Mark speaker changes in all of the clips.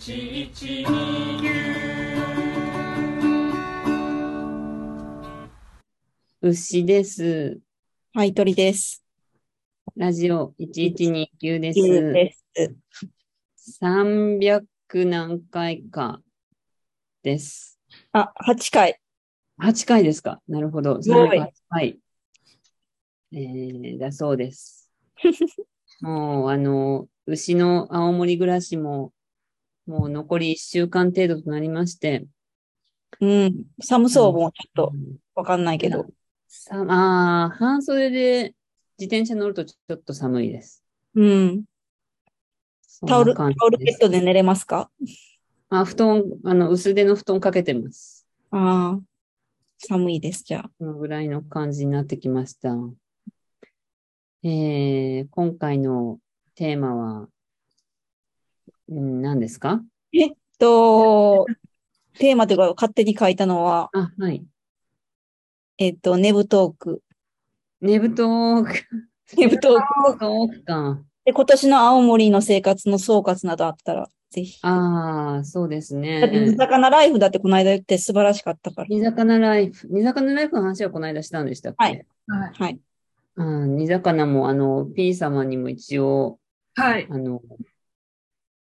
Speaker 1: 一二
Speaker 2: 牛です。
Speaker 3: はい、鳥です。
Speaker 2: ラジオ1129で
Speaker 3: 牛
Speaker 2: す。
Speaker 3: す。
Speaker 2: 300何回かです。
Speaker 3: あ、8回。
Speaker 2: 8回ですかなるほど。
Speaker 3: すごい
Speaker 2: 308回。えー、だそ うです。もう、あの、牛の青森暮らしも、もう残り1週間程度となりまして。
Speaker 3: うん。寒そう、もうちょっと。
Speaker 2: うん
Speaker 3: わかんないけど。
Speaker 2: さあー、半袖で自転車乗るとちょっと寒いです。
Speaker 3: うん。
Speaker 2: そんな
Speaker 3: タオル、タ
Speaker 2: 感じ
Speaker 3: オルベ
Speaker 2: で
Speaker 3: ッ
Speaker 2: す
Speaker 3: ドで寝れますか
Speaker 2: あ、布団、あの、薄手の布団かけてます。
Speaker 3: ああ。寒いです、じゃあ。
Speaker 2: このぐらいの感じになってきました。えー、今回のテーマは、うん、何ですか
Speaker 3: と、テーマというか、勝手に書いたのは、
Speaker 2: あ、はい。
Speaker 3: えっと、ネブトーク。
Speaker 2: ねぶとーく、
Speaker 3: ネブトーク。
Speaker 2: トークか。
Speaker 3: で、今年の青森の生活の総括などあったら、ぜひ。
Speaker 2: ああ、そうです
Speaker 3: だって、
Speaker 2: ね
Speaker 3: 煮。魚ライフだってこの間言って素晴らしかったから。
Speaker 2: 煮魚ライフ。煮魚ライフの話はこの間したんでしたっけ、
Speaker 3: はいはい。
Speaker 2: うん、煮魚も、あの、P 様にも一応、
Speaker 1: はい。
Speaker 2: あの、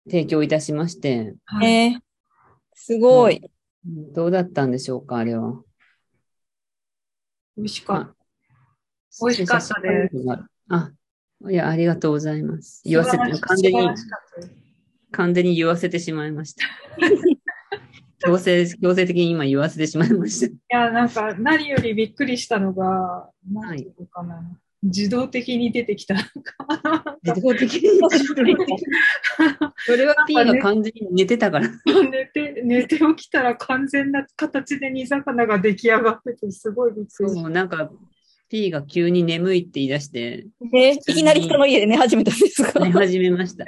Speaker 2: 提供いたしまして、
Speaker 1: え
Speaker 3: えー、すごい。
Speaker 2: どうだったんでしょうか、あれは。。
Speaker 1: 美味しかった。美味しかったです
Speaker 2: あ、いや、ありがとうございます。言わせて、完全に
Speaker 1: 素晴ら、しかったです
Speaker 2: 完全に言わせてしまいま した。強制、強制的に今言わせてしまいました。
Speaker 1: いや、なんか、何よりびっくりしたのが、
Speaker 2: は
Speaker 1: ないんていうのかな。自動的に出てきた。なんか
Speaker 2: 自動的に。それは P が完全に寝てたから。
Speaker 1: 寝て、寝て起きたら完全な形で煮魚が出来上がってて、すごいびっくりし
Speaker 2: そう、なんか、P が急に眠いって言い出して、
Speaker 3: えいきなり人の家で寝始めたんです か
Speaker 2: 寝始めま した。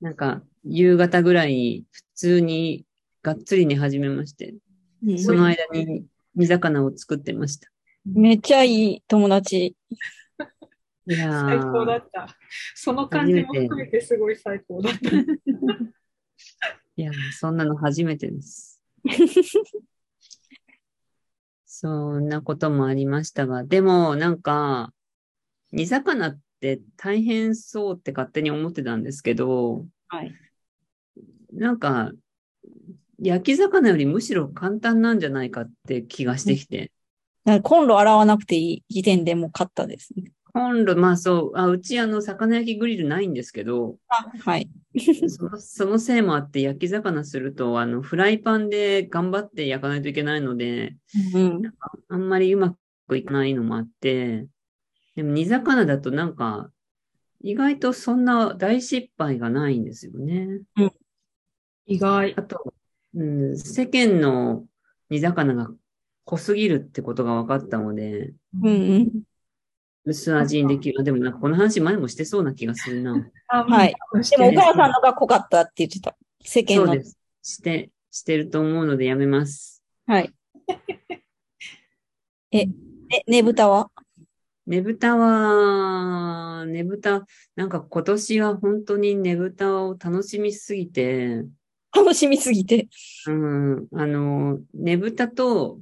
Speaker 2: なんか、夕方ぐらいに普通にがっつり寝始めまして、
Speaker 3: うん
Speaker 2: その間に煮魚を作ってました。
Speaker 3: めっちゃいい友達。
Speaker 2: いや
Speaker 1: た。
Speaker 2: ー
Speaker 1: 最高だった。その感じも含めてすごい最高だった。
Speaker 2: いや、そんなの初めて です。そんなこともありましたが、でもなんか、煮魚って大変そうって勝手に思ってたんですけど、
Speaker 3: はい。
Speaker 2: なんか、焼き魚よりむしろ簡単なんじゃないかって気がしてきて。
Speaker 3: なんかコンロ洗わなくていい時点でもう買ったですね。
Speaker 2: 今度、まあそう、あうちあの、魚焼きグリルないんですけど、
Speaker 3: あ、はい。
Speaker 2: そのそのせいもあって、焼き魚すると、あの、フライパンで頑張って焼かないといけないので、
Speaker 3: うん。
Speaker 2: あんまりうまくいかないのもあって、でも煮魚だとなんか、意外とそんな大失敗がないんですよね。
Speaker 1: 意外。
Speaker 2: あと、うん、世間の煮魚が濃すぎるってことが分かったので、
Speaker 3: うんうん。
Speaker 2: 薄味にできる。あでもなんかこの話前もしてそうな気がするな。
Speaker 1: あ
Speaker 3: はい。
Speaker 1: もうし
Speaker 3: で
Speaker 1: て
Speaker 3: も
Speaker 1: る
Speaker 3: お母さんのが濃かったって言ってた。世
Speaker 2: そ
Speaker 3: 間
Speaker 2: う
Speaker 3: の。
Speaker 2: です。して、してると思うのでやめます。
Speaker 3: はい。 え、ね、ねぶたは
Speaker 2: ねぶたは、ねぶた、なんか今年は本当にねぶたを楽しみすぎて、
Speaker 3: 楽しみすぎて。
Speaker 2: うん、あの、ねぶたと、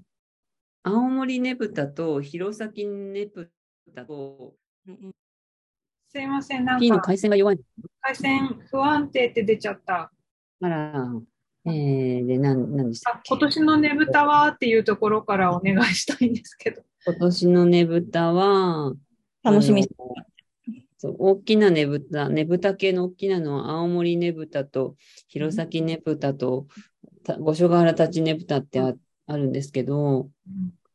Speaker 2: 青森ねぶたと、弘前ねぶたと、
Speaker 1: すいません、な
Speaker 2: P
Speaker 1: ん
Speaker 2: の
Speaker 1: か、
Speaker 2: 回線が弱い
Speaker 1: 回線不安定って出ちゃった。
Speaker 2: から、えー、で、なん、なんでしたっ
Speaker 1: あ
Speaker 2: け
Speaker 1: 今年のねぶたはっていうところからお願いしたいんですけど。
Speaker 2: 今年のねぶたは、
Speaker 3: 楽しみ。
Speaker 2: あのそう大きなねぶた、ねぶた系の大きなのは青森ねぶたと弘前ねぶたとた五所川原立ちねぶたってああるんですけど、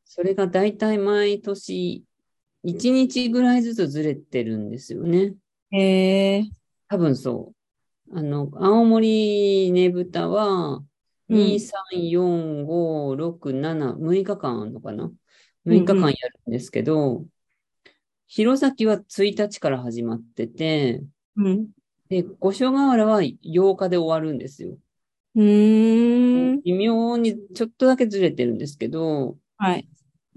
Speaker 2: それが大体毎年1日ぐらいずつずれてるんですよね。
Speaker 3: へえ。
Speaker 2: 多分そう。あの、青森ねぶたは、
Speaker 3: うん
Speaker 2: 2、3、4、5、6、7、6日間あるのかな ?6 日間やるんですけど、弘前は1日から始まってて、
Speaker 3: うん。
Speaker 2: で、五所川原は8日で終わるんですよ。
Speaker 3: うーん。
Speaker 2: 微妙にちょっとだけずれてるんですけど、
Speaker 3: はい。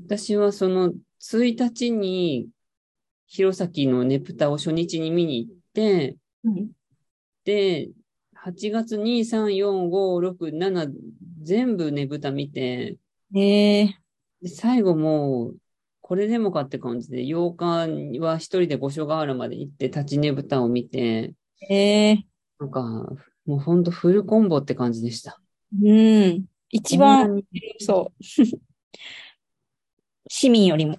Speaker 2: 私はその1日に弘前のねぷたを初日に見に行って、
Speaker 3: うん
Speaker 2: で、 8月2、3、4、5、6、7、全部ねぶた見て、
Speaker 3: ええ
Speaker 2: で最後もう、これでもかって感じで、8日は一人で五所川原まで行って、立ちねぶたを見て、
Speaker 3: ええ
Speaker 2: なんか、もうほんとフルコンボって感じでした。
Speaker 3: うん。一
Speaker 2: こん
Speaker 3: 番、
Speaker 2: なに
Speaker 3: そう。市民よりも。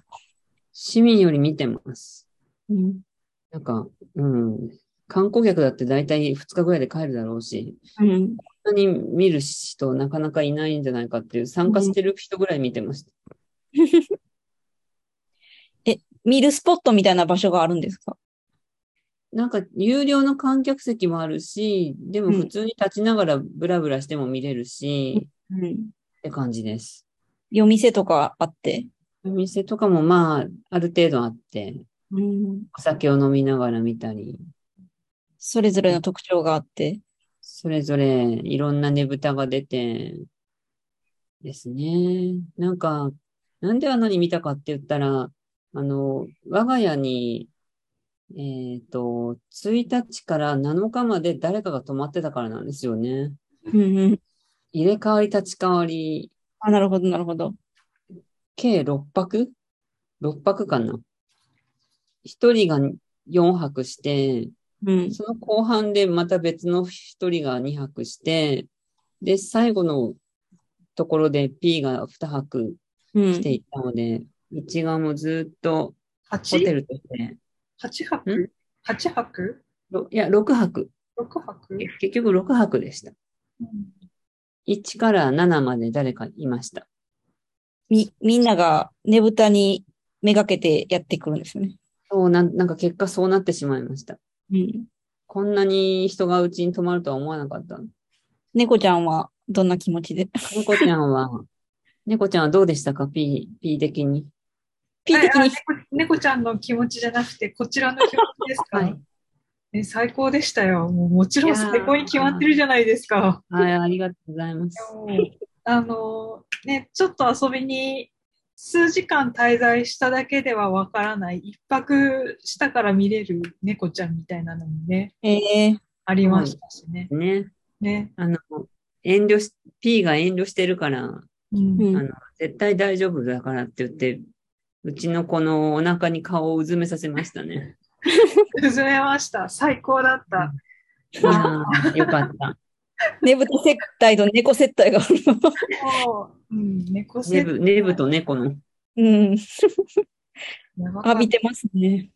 Speaker 2: 市民より見てます。
Speaker 3: うん。
Speaker 2: なんか、うん。観光客だって大体2日ぐらいで帰るだろうし、
Speaker 3: うん。
Speaker 2: そんなに見る人なかなかいないんじゃないかっていう、参加してる人ぐらい見てました。
Speaker 3: 見るスポットみたいな場所があるんですか
Speaker 2: なんか、有料の観客席もあるし、でも普通に立ちながらブラブラしても見れるし、
Speaker 3: うん。
Speaker 2: って感じです。
Speaker 3: 夜店とかあって。
Speaker 2: お店とかもまあ、ある程度あって、
Speaker 3: うん。
Speaker 2: お酒を飲みながら見たり、
Speaker 3: それぞれの特徴があって。
Speaker 2: それぞれいろんなねぶたが出て、ですね。なんか、なんであんなに見たかって言ったら、あの、我が家に、えっ、と、1日から7日まで誰かが泊まってたからなんですよね。
Speaker 3: うんうん。
Speaker 2: 入れ替わり立ち替わり、
Speaker 3: あ、なるほど、なるほど。
Speaker 2: 計6泊 ?6 泊かな。1人が4泊して、
Speaker 3: うん。
Speaker 2: その後半でまた別の一人が2泊して、で、最後のところで P が2泊
Speaker 3: う
Speaker 2: していたので、うちがもうずっとホテ
Speaker 1: 8?
Speaker 2: ルとして、
Speaker 1: 8泊 ?8 泊
Speaker 2: ろいや、6泊。
Speaker 1: ?6 泊
Speaker 2: け結局6泊でした。1から7まで誰かいました。
Speaker 3: み、みんながねぶたにめがけてやってくるんですよね。
Speaker 2: そうなん、なんか結果そうなってしまいました。
Speaker 3: うん。
Speaker 2: こんなに人がうちに泊まるとは思わなかった。
Speaker 3: 猫ちゃんはどんな気持ちで
Speaker 2: 猫ちゃんは、猫ちゃんはどうでしたか ?P、P 的に。
Speaker 3: ?P 的
Speaker 1: ああ
Speaker 3: に。
Speaker 1: 猫猫ちゃんの気持ちじゃなくて、こちらの気持ちですか、
Speaker 2: はい
Speaker 1: ね、最高でしたよ。もうもちろん
Speaker 2: いやー
Speaker 1: 最高に決まってるじゃないですか。
Speaker 2: はい、ありがとうございます。
Speaker 1: でもあのーね、ちょっと遊びに数時間滞在しただけではわからない、一泊したから見れる猫ちゃんみたいなのもね、
Speaker 3: ええ
Speaker 1: ありましたしね。
Speaker 2: ね。
Speaker 1: ね。
Speaker 2: あの、遠慮し、P が遠慮してるから、
Speaker 1: うん
Speaker 3: う
Speaker 2: あ
Speaker 3: ん
Speaker 2: の。絶対大丈夫だからって言って、うちの子のお腹に顔をうずめさせましたね。
Speaker 1: 崩れました。最高だった。
Speaker 2: いやー、よかった。
Speaker 3: ねぶた接待と猫接待がある。
Speaker 1: も う、うん、猫背
Speaker 2: ネ ブ、ネブと猫の。
Speaker 3: うん。
Speaker 1: やばかった
Speaker 3: 浴びてますね。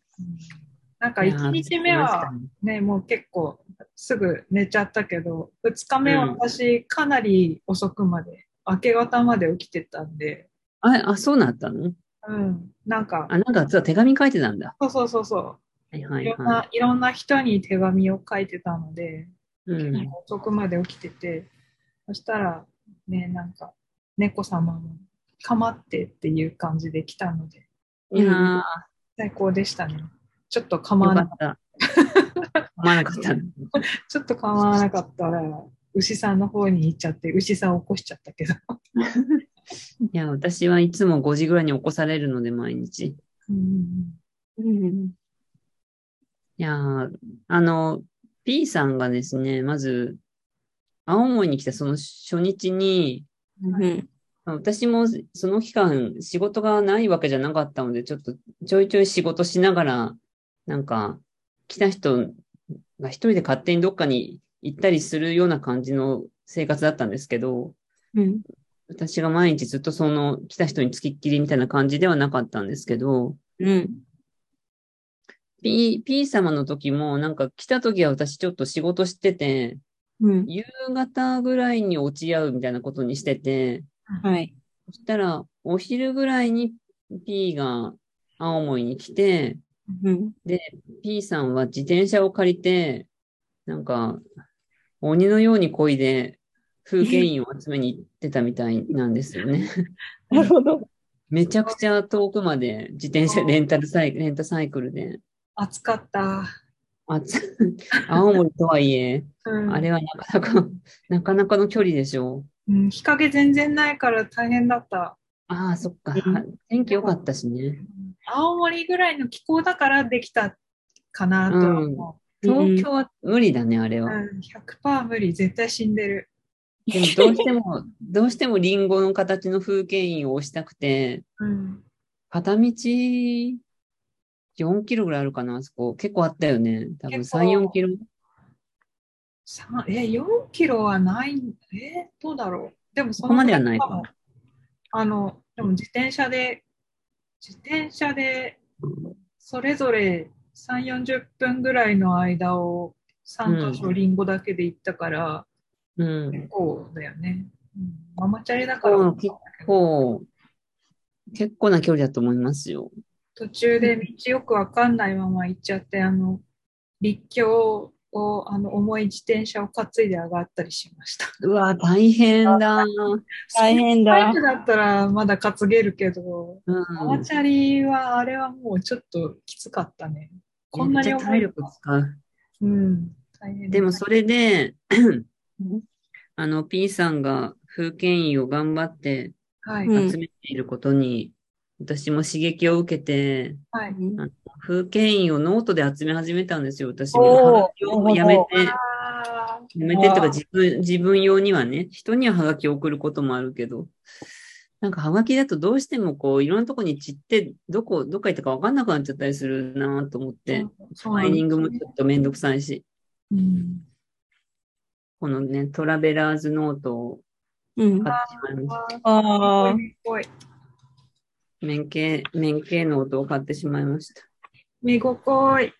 Speaker 1: なんか1日目はね、もう結構すぐ寝ちゃったけど、2日目は私かなり遅くまで、明け方まで起きてたんで、
Speaker 2: あれ、あ、そうなったの
Speaker 1: うん、なんか、
Speaker 2: あ、なんか実は手紙書いてたんだ。
Speaker 1: そうそうそうそ、
Speaker 2: はいうはいい
Speaker 1: ろん
Speaker 2: は
Speaker 1: な、いろんな人に手紙を書いてたので、
Speaker 2: い。うん。
Speaker 1: 遅くまで起きてて、そしたら、ね、なんか、猫様も、かまってっていう感じで来たので、
Speaker 2: いやー、
Speaker 1: 最高でしたね。ちょっと構
Speaker 2: よ
Speaker 1: わ
Speaker 2: か
Speaker 1: なか
Speaker 2: っ。
Speaker 1: った
Speaker 2: 思わなかった。
Speaker 1: た。ちょっと構わなかったら、牛さんの方に行っちゃって、牛さんを起こしちゃったけど。
Speaker 2: いや、私はいつも5時ぐらいに起こされるので、毎日。
Speaker 1: うん
Speaker 3: うん。
Speaker 2: いやー、あの、P さんがですね、まず、青森に来たその初日に、
Speaker 3: うん。
Speaker 2: 私もその期間仕事がないわけじゃなかったので、ちょっとちょいちょい仕事しながら、なんか、来た人が一人で勝手にどっかに行ったりするような感じの生活だったんですけど、
Speaker 3: うん。
Speaker 2: 私が毎日ずっとその来た人につきっきりみたいな感じではなかったんですけど、
Speaker 3: うん。
Speaker 2: P, P 様の時もなんか来た時は私ちょっと仕事してて、
Speaker 3: うん。
Speaker 2: 夕方ぐらいに落ち合うみたいなことにしてて、
Speaker 3: はい。
Speaker 2: そしたら、お昼ぐらいに P が青森に来て、
Speaker 3: うん。
Speaker 2: P さんは自転車を借りて、なんか、鬼のように漕いで、風景印を集めに行ってたみたいなんですよね。
Speaker 3: なるほど。
Speaker 2: めちゃくちゃ遠くまで自転車レンタルサイ、レンタサイクルで。
Speaker 1: 暑かった。
Speaker 2: あつ青森とはいえ、
Speaker 1: うん、
Speaker 2: あれはなかなか、なかなかの距離でしょう。
Speaker 1: うん、日陰全然ないから大変だった。
Speaker 2: ああ、そっか
Speaker 3: うん。
Speaker 2: 天気良かったしね。
Speaker 1: 青森ぐらいの気候だからできたかなとは思う。
Speaker 2: 東京は無理だね、あれ
Speaker 1: う
Speaker 2: は。
Speaker 1: ん、100%無理、絶対死んでる。
Speaker 2: でもどうしても、 どうしてもリンゴの形の風景印を押したくて、
Speaker 1: うん。
Speaker 2: 片道4キロぐらいあるかな、あそこ。結構あったよね。多分
Speaker 1: 結構
Speaker 2: 3、4キロ。
Speaker 1: さえ、4キロはない、え、どうだろう。でもそ
Speaker 2: ここまではないか
Speaker 1: もあの、でも自転車で、自転車で、それぞれ3、40分ぐらいの間を3箇所リンゴだけで行ったから、
Speaker 2: うん。
Speaker 1: 結構だよね。うん、ママチャリだから、
Speaker 2: うん結構、結構な距離だと思いますよ。
Speaker 1: 途中で道よくわかんないまま行っちゃって、あの、立教を、あの、重い自転車を担いで上がったりしました。
Speaker 2: うわ、大変だ。
Speaker 3: 大変
Speaker 1: バ
Speaker 3: だ
Speaker 1: イク。だったらまだ担げるけど、
Speaker 2: うん。
Speaker 1: ママチャリは、あれはもうちょっときつかったね。こんなに
Speaker 2: めっちゃ
Speaker 1: 重
Speaker 2: 体
Speaker 1: い。
Speaker 2: 力使う。
Speaker 1: うん、大変。
Speaker 2: でも、それで、あの、P さんが風景印を頑張って
Speaker 1: はい、
Speaker 3: うん
Speaker 2: 集めていることに、私も刺激を受けて、
Speaker 1: はい。
Speaker 2: 風景印をノートで集め始めたんですよ、私も。
Speaker 3: おー
Speaker 2: はがきをやめて、
Speaker 1: あ
Speaker 2: やめてと
Speaker 3: あ
Speaker 2: か
Speaker 3: ー
Speaker 2: 自分、自分用にはね、人にはハガキを送ることもあるけど、なんかハガキだとどうしてもこう、いろんなとこに散って、どこ、どっか行ったかわかんなくなっちゃったりするなと思っ
Speaker 1: ー
Speaker 2: て、
Speaker 1: そう
Speaker 2: マ
Speaker 1: な
Speaker 2: イ
Speaker 1: ん
Speaker 2: ニ
Speaker 1: で
Speaker 2: ング
Speaker 1: す
Speaker 2: も
Speaker 1: ね
Speaker 2: ちょっとめんどくさいし、
Speaker 1: うん
Speaker 2: このね、トラベラーズノートを
Speaker 3: うん。
Speaker 2: 買ってしまいまし
Speaker 1: あー
Speaker 3: ああ
Speaker 1: すごい、すごい。
Speaker 2: た。免形、免形ノートを買ってしまいました。
Speaker 1: 見ごこい。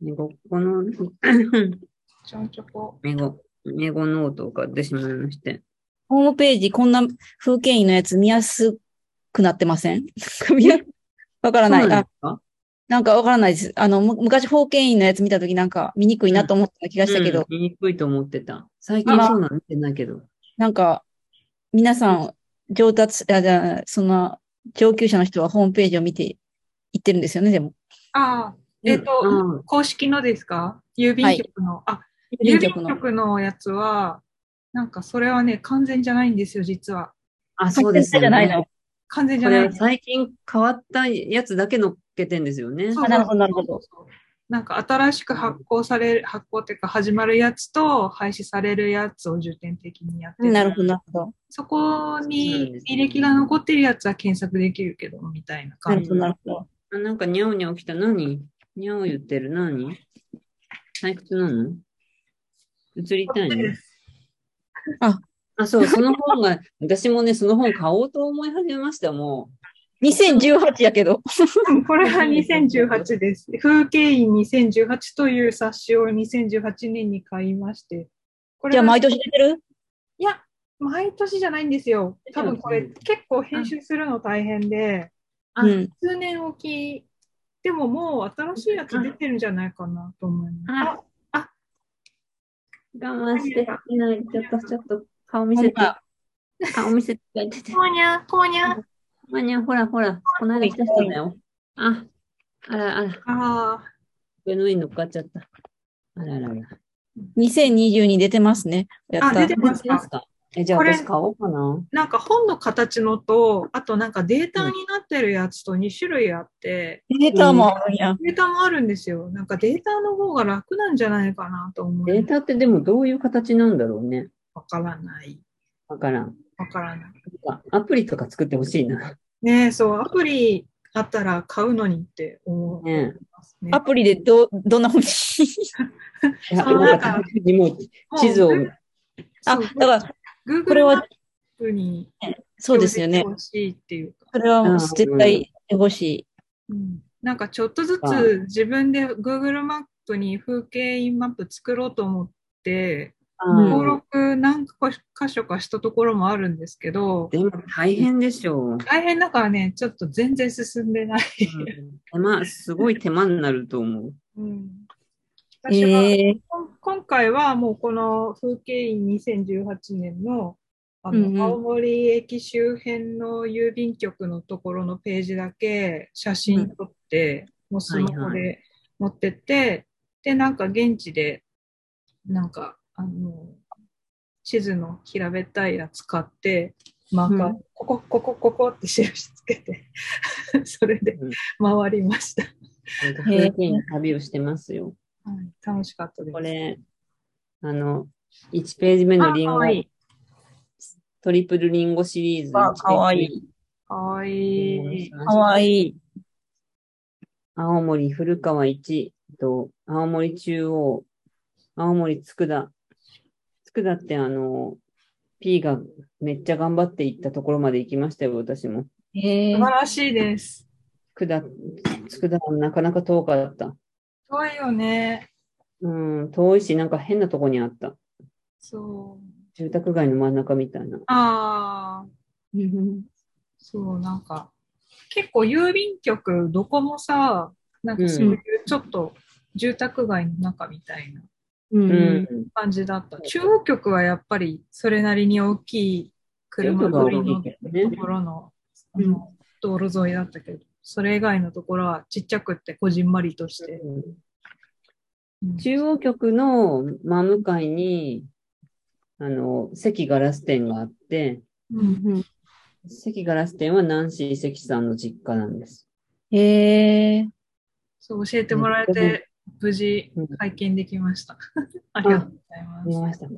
Speaker 2: メゴ、この、
Speaker 1: ちょんちょこ。
Speaker 2: メゴ、メゴノートを買ってしまいまして。
Speaker 3: ホームページ、こんな風景印のやつ見やすくなってません見やわからない。
Speaker 2: そうなん
Speaker 3: あ
Speaker 2: です、か
Speaker 3: なんかわからないです。あの、む昔風景印のやつ見たときなんか見にくいなと思った気がしたけど、
Speaker 2: うん見にくいと思ってた。最近そうなの見てないけど。
Speaker 3: なんか、皆さん、上達、あ、じゃあその、上級者の人はホームページを見て行ってるんですよね、でも。
Speaker 1: ああ、えっと
Speaker 2: うん
Speaker 1: 公式のですか郵便局の。あ、郵
Speaker 3: 郵
Speaker 1: 便
Speaker 3: 便局の。
Speaker 1: 局のやつは、なんかそれはね、完全じゃないんですよ、実は。
Speaker 2: あ、そうですよね。
Speaker 3: じゃないの。
Speaker 1: 完全じ
Speaker 2: こ
Speaker 1: ゃな
Speaker 2: れ
Speaker 1: い
Speaker 2: は。最近変わったやつだけ乗っけてんですよね。
Speaker 1: そうそう
Speaker 3: あなるほどなるほど。
Speaker 1: なんか新しく発行される、発行っていうか始まるやつと廃止されるやつを重点的にやって
Speaker 3: うん
Speaker 1: て
Speaker 3: なるほど、なるほど。
Speaker 1: そこ
Speaker 2: そうなんで
Speaker 1: に
Speaker 2: すね
Speaker 1: 履歴が残ってるやつは検索できるけど、みたいな
Speaker 3: な
Speaker 1: 感
Speaker 3: る
Speaker 1: じ
Speaker 3: ほ。ど、なるほど。
Speaker 2: あなんかニャオニャオ来た。何ニャオ言ってる。何退屈なの移りたいの
Speaker 3: あ、
Speaker 2: あ、そう、その本が、私もね、その本買おうと思い始めました、も
Speaker 3: 2018やけど。
Speaker 1: うん これは2018です。風景印2018という冊子を2018年に買いまして。こ
Speaker 3: じ
Speaker 1: れ
Speaker 3: ゃあ
Speaker 1: は
Speaker 3: 毎年出てる
Speaker 1: いや、毎年じゃないんですよ。多分これ
Speaker 2: うん
Speaker 1: 結構編集するの大変で、
Speaker 2: あ
Speaker 3: うん。
Speaker 1: 数年おき、でももう新しいやつ出てるんじゃないかなと思います。
Speaker 2: う。我慢して、見ない。ちょっと、ちょっと、顔見せて。顔見せて。出て
Speaker 1: こーにゃ、こーにゃ。
Speaker 2: まあニャオ、ほら、ほら、この間来た人だよ。あ、あら、あら、
Speaker 1: ああ、
Speaker 2: 上の上に乗っかっちゃった。あららら。
Speaker 3: 2020に出てますね。やった。
Speaker 1: あ出てます
Speaker 2: 出ますかえ、じゃあ
Speaker 1: これ
Speaker 2: 私買おうかな。
Speaker 1: なんか本の形のと、あとなんかデータになってるやつと2種類あって、
Speaker 3: データもあるんや。
Speaker 1: データもあるんですよ。なんかデータの方が楽なんじゃないかなと思
Speaker 2: デ
Speaker 1: い
Speaker 2: ータってでもどういう形なんだろうね。
Speaker 1: わからない。
Speaker 2: わからん。
Speaker 1: わからない。
Speaker 2: なんかアプリとか作ってほしいな。
Speaker 1: ねえ、そう、アプリあったら買うのにって思う
Speaker 2: ね
Speaker 1: ますね。
Speaker 3: アプリでど、どんな本
Speaker 2: いや
Speaker 1: そう
Speaker 2: なん
Speaker 1: な
Speaker 2: か
Speaker 1: んか
Speaker 2: もう地図を。
Speaker 3: あ、
Speaker 1: そう
Speaker 3: だから、こ
Speaker 1: Google
Speaker 3: れは
Speaker 1: マップに
Speaker 3: そうですよね
Speaker 1: 表示して。ほしいっていうか、
Speaker 3: それは
Speaker 2: うん
Speaker 3: 絶対欲しい。
Speaker 1: うんなんかちょっとず
Speaker 2: あ
Speaker 1: つ自分で Google マップに風景印マップ作ろうと思って、
Speaker 3: うん
Speaker 1: 登録何か箇所かしたところもあるんですけど、
Speaker 2: でも大変でしょう。
Speaker 1: 大変だからね、ちょっと全然進んでない。
Speaker 2: 手間、すごい手間になると思う。
Speaker 1: うん私は、
Speaker 3: ええ
Speaker 1: こん今回はもうこの風景印2018年のあ
Speaker 3: うんうん
Speaker 1: の青森駅周辺の郵便局のところのページだけ写真撮って、もうスマホ
Speaker 2: はい
Speaker 1: で持ってって、で、なんか現地で、なんか、あの、地図の平べったいやつ買って、マーカー、
Speaker 3: うん
Speaker 1: ここ、ここ、ここって印つけて、それで
Speaker 2: うん
Speaker 1: 回りました。
Speaker 2: なんか風景に旅をしてますよ。
Speaker 1: はい、楽しかったです。
Speaker 2: これ、あの、1ページ目のリン
Speaker 1: あ
Speaker 2: ゴ
Speaker 1: か、わいい。
Speaker 2: トリプルリンゴシリーズの
Speaker 3: あかわいい
Speaker 2: 1ページ
Speaker 1: かわい
Speaker 2: 目に
Speaker 1: い
Speaker 2: し。ました
Speaker 3: かわいい。
Speaker 2: 青森古川1、と青森中央、青森佃。佃ってあの、P がめっちゃ頑張っていったところまで行きましたよ、私も。
Speaker 3: へえ
Speaker 1: 素晴らしいです。
Speaker 2: 佃、佃はなかなか遠かった。
Speaker 1: 怖いよね。
Speaker 2: うん、遠いし、なんか変なとこにあった。
Speaker 1: そう。
Speaker 2: 住宅街の真ん中みたいな。
Speaker 1: ああ、そう、なんか、結構郵便局、どこもさ、なんかそういうちょっと住宅街の中みたいな
Speaker 3: う。。
Speaker 2: うん
Speaker 1: 感じだった。
Speaker 2: うん
Speaker 1: 中央局はやっぱりそれなりに大きい車通りのと
Speaker 2: ね。
Speaker 1: ころのあ
Speaker 3: うん
Speaker 1: の道路沿いだったけど、それ以外のところはちっちゃくってこじんまりとして。うん
Speaker 2: 中央局の真向かいに、あの、関ガラス店があって、
Speaker 1: うん
Speaker 2: 関ガラス店はナンシー関さんの実家なんです。
Speaker 3: へえ。
Speaker 1: そう、教えてもらえて、無事拝見できました。ありがとうご
Speaker 2: 見
Speaker 1: ざい
Speaker 2: ま
Speaker 1: ます。
Speaker 2: した。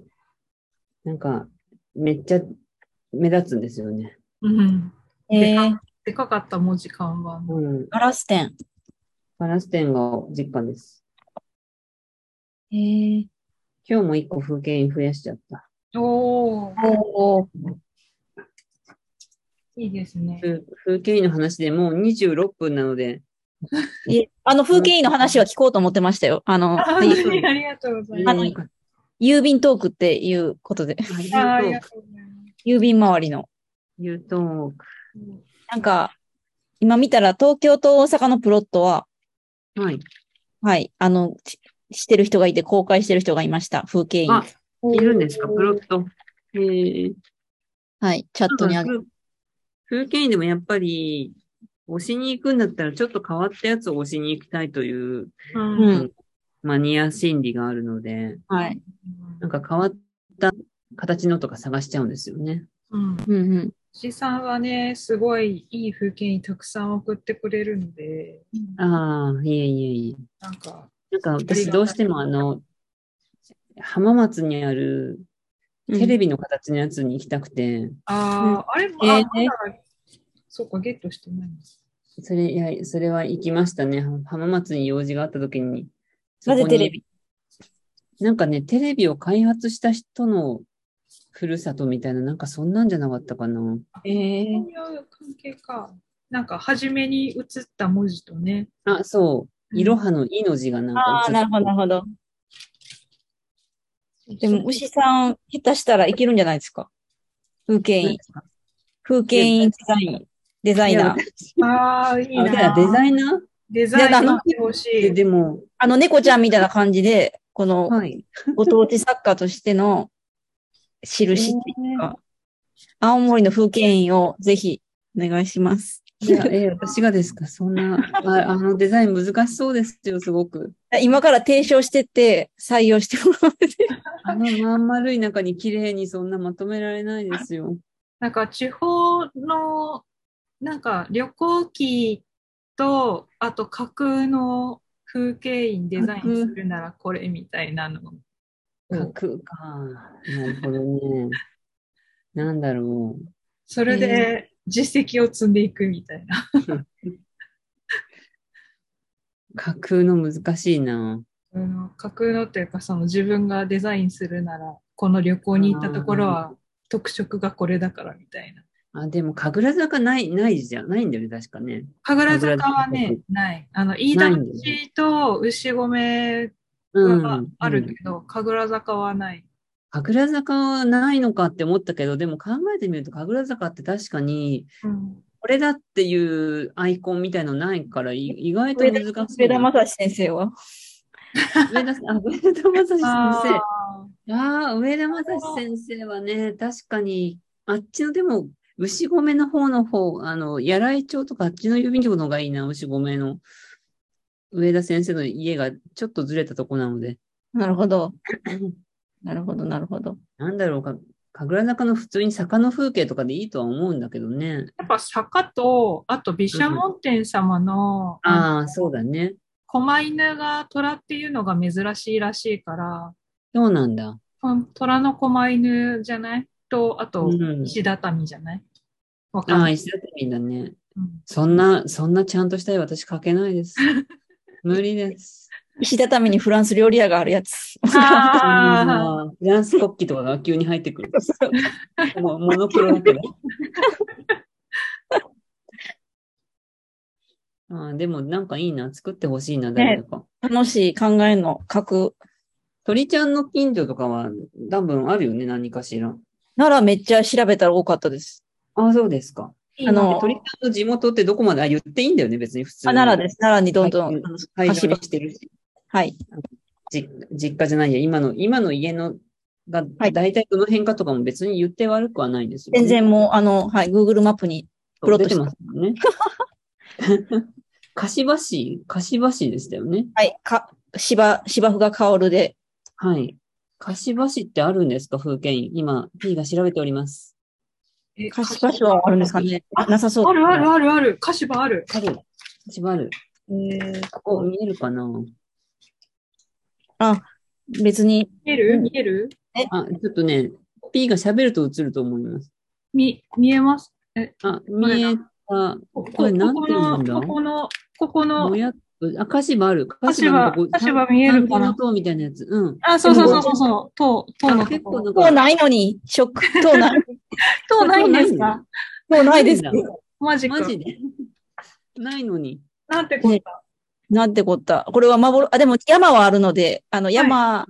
Speaker 2: なんか、めっちゃ目立つんですよね。
Speaker 1: うん。
Speaker 3: へえ。
Speaker 1: でかかった文字看板も。
Speaker 2: うん。
Speaker 3: ガラス店。
Speaker 2: ガラス店が実家です。
Speaker 3: へえ。
Speaker 2: 今日も一個風景印増やしちゃった。
Speaker 1: おー、
Speaker 3: おお。
Speaker 1: いいですね。
Speaker 2: ふ風景印の話でもう26分なので、
Speaker 3: えあの、風景印の話は聞こうと思ってましたよ。あの、
Speaker 1: あありがとうございま
Speaker 3: あ
Speaker 1: す。
Speaker 3: の
Speaker 2: よかっ
Speaker 3: 郵便トークっていうことで。
Speaker 2: た
Speaker 1: ああり
Speaker 2: 言う
Speaker 1: が
Speaker 2: と
Speaker 1: とうございます
Speaker 3: 郵便周りの。
Speaker 2: 言うと、
Speaker 1: うん。
Speaker 3: なんか、今見たら東京と大阪のプロットは、
Speaker 2: はい。
Speaker 3: はい、あの、ししてる人がいて、公開してる人がいました。風景
Speaker 2: あ
Speaker 3: 印。、
Speaker 2: いるんですかプロット。えー、
Speaker 3: はい、チャットにあげ
Speaker 2: 多分風景印でもやっぱり、押しに行くんだったらちょっと変わったやつを押しに行きたいという
Speaker 1: うん
Speaker 3: う
Speaker 2: うん
Speaker 3: ん。
Speaker 2: マニア心理があるので、
Speaker 3: はい。
Speaker 2: なんか変わった形のとか探しちゃうんですよね。
Speaker 1: う
Speaker 3: う
Speaker 1: ん。
Speaker 3: んうん。
Speaker 1: 牛さんはね、すごいいい風景にたくさん送ってくれるので、
Speaker 2: ああ、いえいえいえ。
Speaker 1: なんか、
Speaker 2: なんか私どうしてもあの、浜松にあるテレ
Speaker 3: ビ。
Speaker 2: ビの形のやつに行きたくて、
Speaker 1: ああ、あれも、
Speaker 3: え
Speaker 1: あ、
Speaker 3: ー
Speaker 1: まだ、そうか、ゲットしてないんです。
Speaker 2: それ、いや、それは行きましたね。浜松に用事があった時に。
Speaker 3: なぜ
Speaker 2: そこ
Speaker 3: テ
Speaker 2: に
Speaker 3: レビ
Speaker 2: なんかね、テレビを開発した人のふるさとみたいな、なんかそんなんじゃなかったかな。
Speaker 3: え
Speaker 1: そ
Speaker 3: ー
Speaker 1: ういう関係か。なんか、初めに写った文字とね、
Speaker 2: あ、そう。いろはのいの字がなんか
Speaker 3: ああ、
Speaker 2: 映っ
Speaker 3: なるほど、なるほど。でも、
Speaker 1: そう
Speaker 3: 牛さん、下手したらいけるんじゃないですか。風景
Speaker 2: 何
Speaker 3: 印
Speaker 2: で。すか
Speaker 3: 風景印デザイン。デザイナー。
Speaker 1: ああ、いい
Speaker 2: あだから
Speaker 1: な。
Speaker 2: デザイナー
Speaker 1: デザイ
Speaker 3: いやあ
Speaker 1: ナー
Speaker 3: の
Speaker 1: ってほし
Speaker 2: で
Speaker 1: い。
Speaker 2: でも、
Speaker 3: あの、猫ちゃんみたいな感じで、この、
Speaker 2: はい。
Speaker 3: ご当地作家としての印っていうか、青森の風景印をぜひお願いします。
Speaker 2: いや、え、私がですか、そんな、ああのデザイン難しそうですよ、すごく。
Speaker 3: 今から提唱してって採用してもらって。
Speaker 2: あのまん丸い中に綺麗にそんなまとめられないですよ。
Speaker 1: なんか、地方の、なんか、旅行記と、あと、架空の風景印デザインするならこれみたいなの。
Speaker 2: 架空か。なるほどね。 なんだろう。
Speaker 1: それで、実績を積んでいくみたいな。
Speaker 2: 架空の難しいな。
Speaker 1: あの架空のっていうか、その自分がデザインするなら、この旅行に行ったところは、特色がこれだからみたいな。
Speaker 2: あ、でも、神楽坂ない、ないじゃないんだよね、確かね。
Speaker 1: 神楽坂は
Speaker 2: 神楽
Speaker 1: ね
Speaker 2: 坂、
Speaker 1: ない。あの、飯
Speaker 2: な
Speaker 1: 田
Speaker 2: いんだよね
Speaker 1: 橋と牛込
Speaker 2: うん。
Speaker 1: があ
Speaker 2: う
Speaker 1: る
Speaker 2: ん
Speaker 1: けど、神楽坂はない。
Speaker 2: 神楽坂はないのかって思ったけど、でも考えてみると、神楽坂って確かに、
Speaker 1: うん
Speaker 2: これだっていうアイコンみたいのないから、い意外と
Speaker 3: 上田
Speaker 2: 難しいな。
Speaker 3: 上田正史先生は。
Speaker 2: 上田さんあ上田正史先生。
Speaker 1: あ
Speaker 2: ああ、上田正史先生はね、確かに、あっちの、でも、牛込の方の方、あの、矢来町とかあっちの郵便局の方がいいな、牛込の。上田先生の家がちょっとずれたとこなので。
Speaker 3: なるほど。なるほど、なるほど。
Speaker 2: なんだろうか、神楽坂の普通に坂の風景とかでいいとは思うんだけどね。
Speaker 1: ーやっぱ坂と、あと毘沙門天様の、あの
Speaker 2: ああ、そうだね。
Speaker 1: 狛犬が虎っていうのが珍しいらしいから、
Speaker 2: そうなんだ。
Speaker 1: この虎の狛犬じゃないと、あと
Speaker 2: う、ん。
Speaker 1: 石畳じゃないわかん
Speaker 2: あ
Speaker 1: な
Speaker 2: あ、
Speaker 1: い。
Speaker 2: 石畳だね。
Speaker 1: うん
Speaker 2: そんな、そんなちゃんとした絵私描けないです。無理です。
Speaker 3: 石畳にフランス料理屋があるやつ。
Speaker 1: あ
Speaker 2: あーフランス国旗とかが急に入ってくる。もうモノクロだけど。あーでもなんかいいな、作ってほしいな、誰か。
Speaker 3: 楽しい考えの書く。
Speaker 2: 鳥ちゃんの近所とかは多分あるよね、何かしら。
Speaker 3: ならめっちゃ調べたら多かったです。
Speaker 2: ああ、そうですか。
Speaker 1: ー
Speaker 3: あ
Speaker 2: で
Speaker 3: の
Speaker 2: 鳥ちゃんの地元ってどこまで、あ、言っていいんだよね、別に普通
Speaker 3: あ、
Speaker 2: に。
Speaker 3: 奈良です。奈良にどんどん。
Speaker 2: はい
Speaker 3: あの
Speaker 2: 廃
Speaker 3: 走り
Speaker 2: 墟に
Speaker 3: は
Speaker 2: してるし、
Speaker 3: はい。
Speaker 2: じ実家じゃないや、今の、今の家のが
Speaker 3: はい
Speaker 2: 大体どの辺かとかも別に言って悪くはないんですよ、ね。
Speaker 3: 全然もう、あの、はい、Google マップに。
Speaker 2: プ
Speaker 3: プロ
Speaker 2: ロ出
Speaker 3: と
Speaker 2: て
Speaker 3: して
Speaker 2: ますも んね。柏市、柏市でしたよね。
Speaker 3: はい、か、芝、芝生が香るで。
Speaker 2: はい。柏市ってあるんですか風景印。今、P が調べております。
Speaker 1: え
Speaker 3: 菓子場所はあるんですかね
Speaker 1: あ
Speaker 3: なさそう。
Speaker 1: あるあるあるある。菓子場ある。
Speaker 2: ある。柏ある。
Speaker 1: えー、
Speaker 2: ここ見えるかな
Speaker 3: 別に、
Speaker 1: 見える
Speaker 3: うん
Speaker 1: 見える
Speaker 2: あ、ちょっとね、P が喋ると映ると思います。
Speaker 1: み、見えます。
Speaker 2: あ、
Speaker 1: れ
Speaker 2: 見
Speaker 1: だ
Speaker 2: えた。
Speaker 1: こ
Speaker 2: これなんて読むんだ
Speaker 1: ここの、ここの、
Speaker 2: も
Speaker 1: ここの、
Speaker 2: やあ、柏ある。
Speaker 1: 菓子場、
Speaker 2: ここ
Speaker 1: 菓子場見えるか
Speaker 2: 三
Speaker 1: な
Speaker 2: 品塔みたいなやつ。うん。
Speaker 1: あ、そうそうそうそうそう。塔、塔の
Speaker 2: あ
Speaker 1: と
Speaker 2: 結
Speaker 1: こ
Speaker 2: 構な
Speaker 1: ろ。
Speaker 2: ん
Speaker 3: もう
Speaker 2: か、
Speaker 3: ないのに、ショック。とない。
Speaker 1: 塔ないんです
Speaker 2: 塔ない
Speaker 1: か
Speaker 3: もうないです
Speaker 2: ないん。
Speaker 1: マジか
Speaker 2: マ。ジで。 ないのに。
Speaker 1: なんてこっ
Speaker 3: ね
Speaker 1: た。
Speaker 3: なんてこった。これは幻、あ、でも山はあるので、あの山、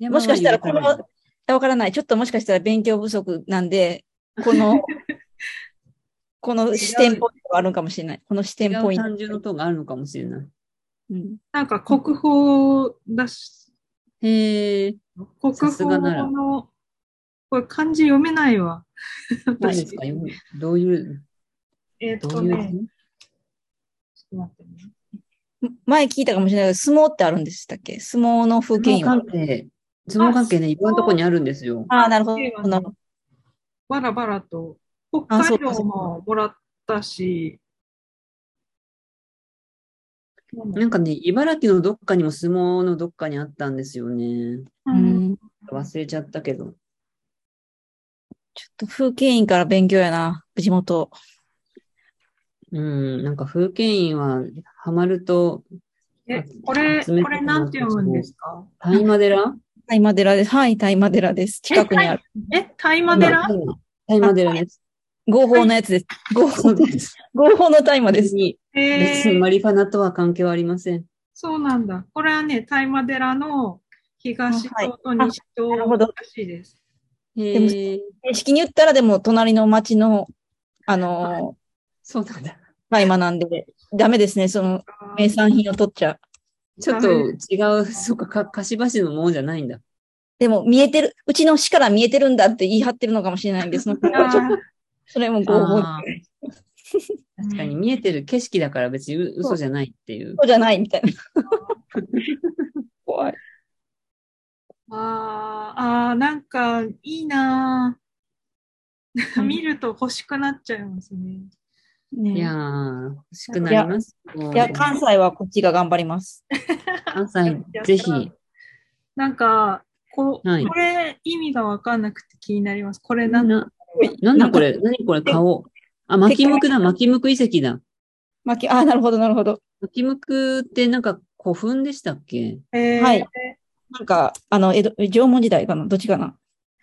Speaker 3: もしかしたらこの
Speaker 2: 山は入れて
Speaker 3: わからない。ちょっともしかしたら勉強不足なんで、この、この視点ポイントがあるんかもしれない。この視点
Speaker 2: ない
Speaker 3: ポ
Speaker 2: 違
Speaker 3: イ
Speaker 2: う
Speaker 3: ント。
Speaker 2: 単純の塔があるのかもしれない。
Speaker 3: うん
Speaker 1: なんか国宝だし、
Speaker 2: へえ、
Speaker 1: 国
Speaker 2: さすが
Speaker 1: 宝
Speaker 2: なら
Speaker 1: の、これ漢字読めないわ。
Speaker 2: 何です かよどういう、
Speaker 1: えっ
Speaker 2: ど
Speaker 1: と
Speaker 2: ういう、
Speaker 1: ね、ちょっと待ってね。
Speaker 3: 前聞いたかもしれないけど、相撲ってあるんでしたっけ相撲の風景
Speaker 2: 相撲
Speaker 3: 印は。
Speaker 2: 関係、相撲関係ね、いろんなとこにあるんですよ。
Speaker 3: ああ、なるほ
Speaker 1: 風景は
Speaker 3: ど。
Speaker 1: ね
Speaker 3: なるほど
Speaker 1: バラバラと、北
Speaker 3: あそ
Speaker 1: 海
Speaker 3: うか
Speaker 1: 道ももらったし、なんだ
Speaker 2: なんかね、茨城のどっかにも相撲のどっかにあったんですよね。
Speaker 1: う
Speaker 3: うんん。
Speaker 2: 忘れちゃったけど。
Speaker 3: ちょっと風景印から勉強やな、地元。
Speaker 2: うん、なんか風景印は、ハマると、
Speaker 1: え、これ、こ
Speaker 2: 集めてもらった
Speaker 1: れなんて読むんですか
Speaker 2: 大麻寺
Speaker 3: 大麻寺です。はい、大麻寺です。近くにある。
Speaker 1: え、大麻寺
Speaker 2: 大麻寺です。
Speaker 3: 合法のやつ です。合
Speaker 2: そ
Speaker 3: 法
Speaker 2: うです。
Speaker 3: 合法の大麻で
Speaker 2: 別
Speaker 3: す。
Speaker 2: に、
Speaker 1: え
Speaker 2: 別に
Speaker 1: ー
Speaker 2: マリファナとは関係はありません。
Speaker 1: そうなんだ。これはね、大麻寺の東島
Speaker 3: あは
Speaker 1: と西
Speaker 3: いあなるほ
Speaker 1: 島ら
Speaker 3: ど
Speaker 1: しいです。
Speaker 3: も
Speaker 2: へえ、
Speaker 3: 正式に言ったらでも、隣の町の、あの
Speaker 2: そうなんだ。
Speaker 3: ー、大麻なんで、ダメですね。その、名産品を取っちゃう。
Speaker 2: ちょっと違う、そうか、か、柏市のものじゃないんだ。
Speaker 3: でも、見えてる、うちの市から見えてるんだって言い張ってるのかもしれないんです。その
Speaker 1: あー
Speaker 3: それも合法。
Speaker 2: あー確かに見えてる景色だから別にう嘘じゃないっていう。
Speaker 3: そうじゃないみたいな。怖い。
Speaker 1: あーあー、なんかいいな
Speaker 3: う
Speaker 1: ぁ。
Speaker 3: ん
Speaker 1: 見ると欲しくなっちゃいますね。
Speaker 3: ね
Speaker 2: いやー、欲しくなります。
Speaker 3: いや、関西はこっちが頑張ります。
Speaker 2: 関西、ぜひ。
Speaker 1: なんか、こ
Speaker 2: はい
Speaker 1: これ意味がわかんなくて気になります。これなんだ
Speaker 2: な、なんだこれ、何これ、顔。あ、巻きむくだ、巻きむく遺跡だ。
Speaker 3: まき、ああ、なるほど、なるほど。
Speaker 2: 巻きむくってなんか古墳でしたっけ
Speaker 1: えー
Speaker 3: はいなんか、あの、江戸、縄文時代かなどっちかな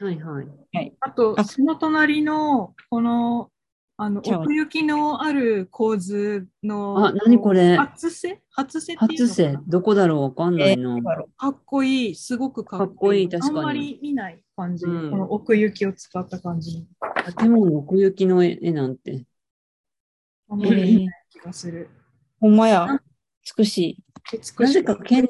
Speaker 2: はいはい。
Speaker 1: あと、
Speaker 3: あ
Speaker 1: その隣の、この、あの、
Speaker 3: ちゃう
Speaker 1: 奥行きのある構図の、
Speaker 2: あ、何これ
Speaker 1: 初瀬初瀬ってい
Speaker 2: 初
Speaker 1: うのか
Speaker 2: 世
Speaker 1: な、
Speaker 2: どこだろうわかんないな。
Speaker 1: かっこいい、すごくかっこいい。
Speaker 2: かっこいい確かに
Speaker 1: あんまり見ない感じ、
Speaker 2: うん
Speaker 1: この奥行きを使った感じ。
Speaker 2: 建物の奥行きの絵なんて。
Speaker 1: あん
Speaker 3: え
Speaker 1: まり見
Speaker 3: ー
Speaker 1: ない気がする。
Speaker 3: ほんまや。美しい。
Speaker 1: 美しい
Speaker 2: なぜか県、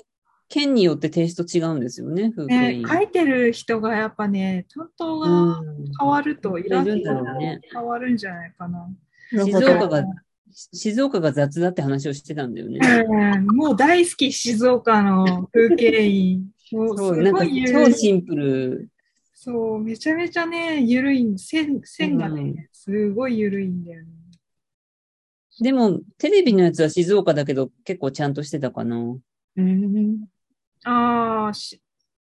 Speaker 2: 県によってテイスト違うんですよね、風景
Speaker 1: ね
Speaker 2: 印。、
Speaker 1: 書いてる人がやっぱね、担当
Speaker 2: う
Speaker 1: が
Speaker 2: ん
Speaker 1: 変わると、イラスト
Speaker 2: いるんだろ
Speaker 1: が
Speaker 2: うね
Speaker 1: 変わるんじゃないかな。
Speaker 2: 静
Speaker 3: なるほ
Speaker 2: 岡
Speaker 3: ど
Speaker 2: が、静岡が雑だって話をしてたんだよね。
Speaker 1: うんもう大好き、静岡の風景印。もうす
Speaker 2: そう、なん
Speaker 1: ご
Speaker 2: か
Speaker 1: いゆ
Speaker 2: 超シンプル。
Speaker 1: そう、めちゃめちゃね、ゆるいん、線、線がね、
Speaker 2: うん
Speaker 1: すごいゆるいんだよね。
Speaker 2: でも、テレビのやつは静岡だけど、結構ちゃんとしてたかな。
Speaker 3: うん。
Speaker 1: ああ、し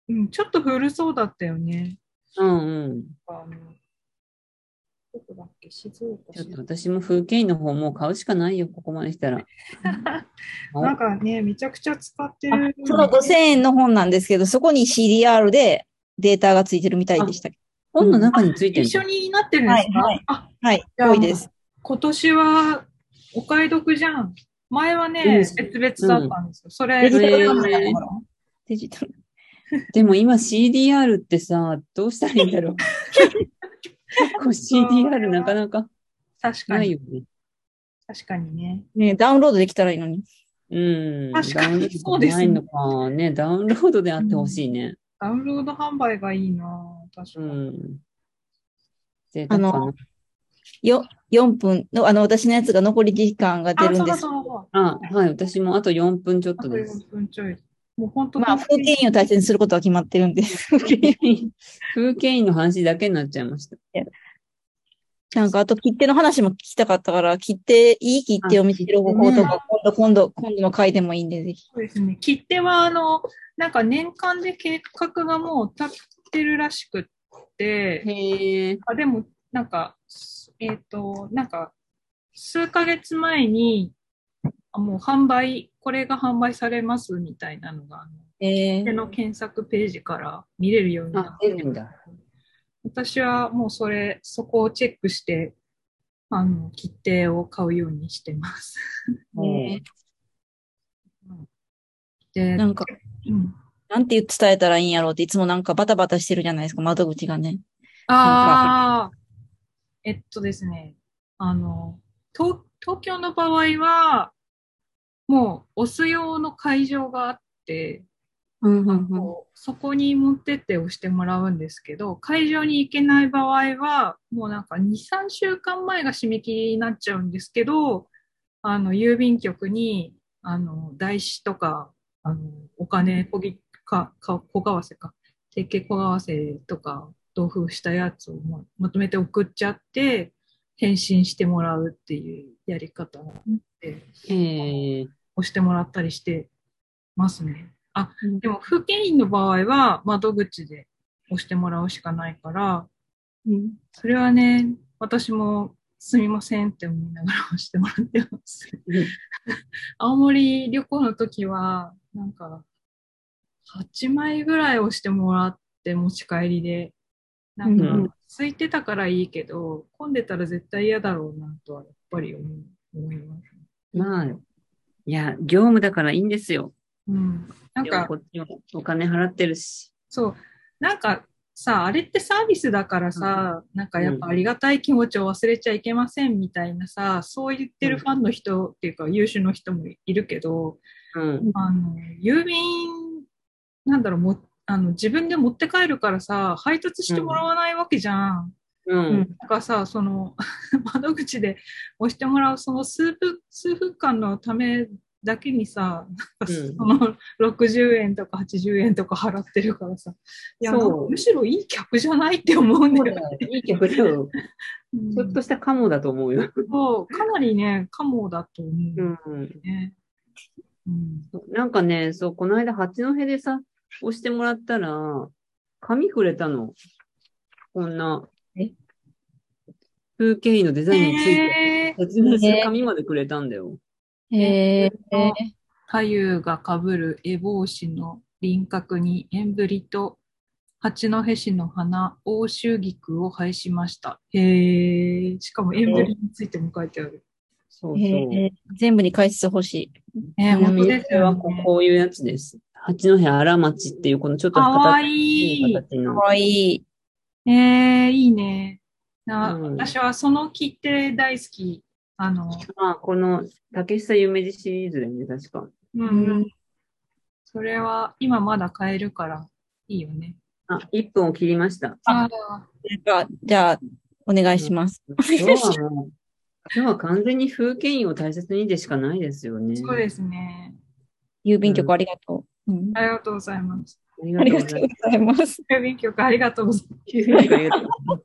Speaker 1: うん、ちょっと古そうだったよね。
Speaker 2: うんうん。
Speaker 1: あのどこだっけ静岡
Speaker 2: ちょっと私も風景印の方もう買うしかないよ、ここまでしたら。
Speaker 1: なんかね、めちゃくちゃ使って
Speaker 3: あ
Speaker 1: る。
Speaker 3: その5000円の本なんですけど、そこに CDR でデータがついてるみたいでしたけ
Speaker 2: 本の中についてる
Speaker 1: 一緒になってるんですか、
Speaker 3: はいはい
Speaker 1: あ、
Speaker 3: ど。はい。
Speaker 1: じゃあ
Speaker 3: 多いです。
Speaker 1: 今年はお買い得じゃん。前はね、
Speaker 2: うん
Speaker 1: 別々だったんですよ。それ、
Speaker 3: デジタル
Speaker 2: な
Speaker 3: 版
Speaker 2: ん
Speaker 3: だ
Speaker 2: だ
Speaker 3: から。デジタル。
Speaker 2: でも今 CDR ってさ、どうしたらいいんだ ろう。結構 CDR なかなか
Speaker 1: 確か
Speaker 2: ない
Speaker 1: に。
Speaker 2: よね。
Speaker 1: 確かにね。
Speaker 3: ね、ダウンロードできたらいいのに。
Speaker 2: うん。
Speaker 1: 確か
Speaker 2: ダ
Speaker 1: に
Speaker 2: ウンロード
Speaker 1: そうですね
Speaker 2: ないのか。ね、ダウンロードであってほしいね。
Speaker 1: ダウンロード販売がいいな確か
Speaker 2: う
Speaker 1: に。
Speaker 2: ん。贅沢かな
Speaker 3: よ、4分の、あの、私のやつが残り時間が出
Speaker 1: あ、
Speaker 3: るん
Speaker 1: そう
Speaker 3: で
Speaker 1: だ
Speaker 3: す。
Speaker 1: そうだ。
Speaker 2: あ、はい、私もあと4分ちょっ
Speaker 1: あ
Speaker 2: と
Speaker 1: と
Speaker 2: です。
Speaker 1: 4分ちょい。もう本当
Speaker 3: まあ、風景印を大切にすることは決まってるんで。
Speaker 2: 風景印の話だけになっちゃいました。
Speaker 3: なんか、あと、切手の話も聞きたかったから、切手、いい切手を見つける方法とか、今度、今度、今度の回でもいいんで、ぜひ。
Speaker 1: そうですね。切手は、あの、なんか年間で計画がもう立ってるらしくって、
Speaker 2: へえ。
Speaker 1: あでも、なんか、すえっ、と、なんか、数ヶ月前に、あもう販売、これが販売されますみたいなのが、あの
Speaker 3: え
Speaker 1: 切手の検索ページから見れるようにな
Speaker 2: あ
Speaker 1: っ、て
Speaker 2: 出るんだ。
Speaker 1: 私はもうそれ、そこをチェックして、あの、切手を買うようにしてます。
Speaker 3: ね
Speaker 1: で、
Speaker 3: なんか、
Speaker 1: うん、
Speaker 3: なんて伝えたらいいんやろうって、いつもなんかバタバタしてるじゃないですか、窓口がね。
Speaker 1: ああ、えっとですね、あの、東東京の場合は、もう、オス用の会場があって、
Speaker 3: うん、うん、
Speaker 1: こうそこに持ってって押してもらうんですけど、会場に行けない場合は、もうなんか2、3週間前が締め切りになっちゃうんですけど、あの、郵便局に、あの、台紙とか、あの、お金、小ぎ、か、か、小為替か、定型小為替とか、同封したやつをもうまとめて送っちゃって、返信してもらうっていうやり方を
Speaker 2: へえ。
Speaker 1: 押してもらったりしてますね。あ
Speaker 3: うん、
Speaker 1: でも、府県員の場合は窓口で押してもらうしかないから、
Speaker 3: うん。
Speaker 1: それはね、私もすみませんって思いながら押してもらってます。青森旅行の時は、なんか、8枚ぐらい押してもらって持ち帰りで、なんか、
Speaker 2: うん
Speaker 1: 空いてたからいいけど、混んでたら絶対嫌だろうなとはやっぱり思う思います。
Speaker 2: まあ、いや、業務だからいいんですよ。
Speaker 1: うん。なん
Speaker 2: でも
Speaker 1: か、
Speaker 2: こっちもお金払ってるし。
Speaker 1: そう。なんかさ、あれってサービスだからさ、なんかやっぱありがたい気持ちを忘れちゃいけませんみたいなさ、そう言ってるファンの人っていうか優秀の人もいるけど、
Speaker 2: うん。
Speaker 1: あの、郵便、なんだろう、もあの自分で持って帰るからさ、配達してもらわないわけじゃん。
Speaker 2: うん。
Speaker 1: なんかさ、その 窓口で押してもらうその数分数分間のためだけにさ、なんか
Speaker 2: うん
Speaker 1: その60円とか80円とか払ってるからさ、いや
Speaker 2: そう
Speaker 1: なんかむしろいい客じゃないって思うんだよね。
Speaker 2: いい曲だよ。
Speaker 1: う ん
Speaker 2: ちょっとしたカモだと思うよ。
Speaker 1: そうかなりね、カモだと思うんだよね。うん
Speaker 2: なんかね、そう、この間、八戸でさ、押してもらったら、紙くれたの。こんな、
Speaker 3: え
Speaker 2: 風景印のデザインについて、
Speaker 1: えー
Speaker 2: 説明する紙までくれたんだよ。
Speaker 3: へえ。
Speaker 1: 太夫がかぶる烏帽子の輪郭に縁ぶりと八戸市の花、欧州菊を配しました。へえ、しかも縁ぶりについても書いてある。
Speaker 2: そうそう。
Speaker 3: へえ。全部に解説欲しい。
Speaker 1: ね、
Speaker 3: うん
Speaker 1: 本当で
Speaker 2: こ
Speaker 1: す
Speaker 2: れは
Speaker 1: よ、
Speaker 2: こ
Speaker 1: ね。
Speaker 2: こういうやつです。八戸荒町っていう、このちょっと
Speaker 1: かわい
Speaker 2: い
Speaker 1: い。
Speaker 2: 形の
Speaker 3: か。わいい。
Speaker 1: えー、いいね。な
Speaker 2: うん
Speaker 1: 私はその切手大好き。あの、
Speaker 2: まあ、この、竹下夢二シリーズだよね、確か。
Speaker 1: うん、
Speaker 3: うん
Speaker 1: それは今まだ買えるからいいよね。
Speaker 2: あ、1分を切りました。
Speaker 1: あ
Speaker 3: なんか、じゃあ、お願いします。
Speaker 2: 今日はもう、今日は完全に風景印を大切にでしかないですよね。
Speaker 1: そうですね。
Speaker 3: 郵便局ありがとう。うん
Speaker 1: ありがとうございます。
Speaker 2: あり
Speaker 3: あ
Speaker 2: が
Speaker 3: り
Speaker 2: とう
Speaker 3: が
Speaker 2: ご
Speaker 3: と
Speaker 2: ざ
Speaker 3: う
Speaker 2: い
Speaker 3: ご
Speaker 2: ま
Speaker 3: ざいます。
Speaker 1: 郵便局ありがとうございます。
Speaker 2: す。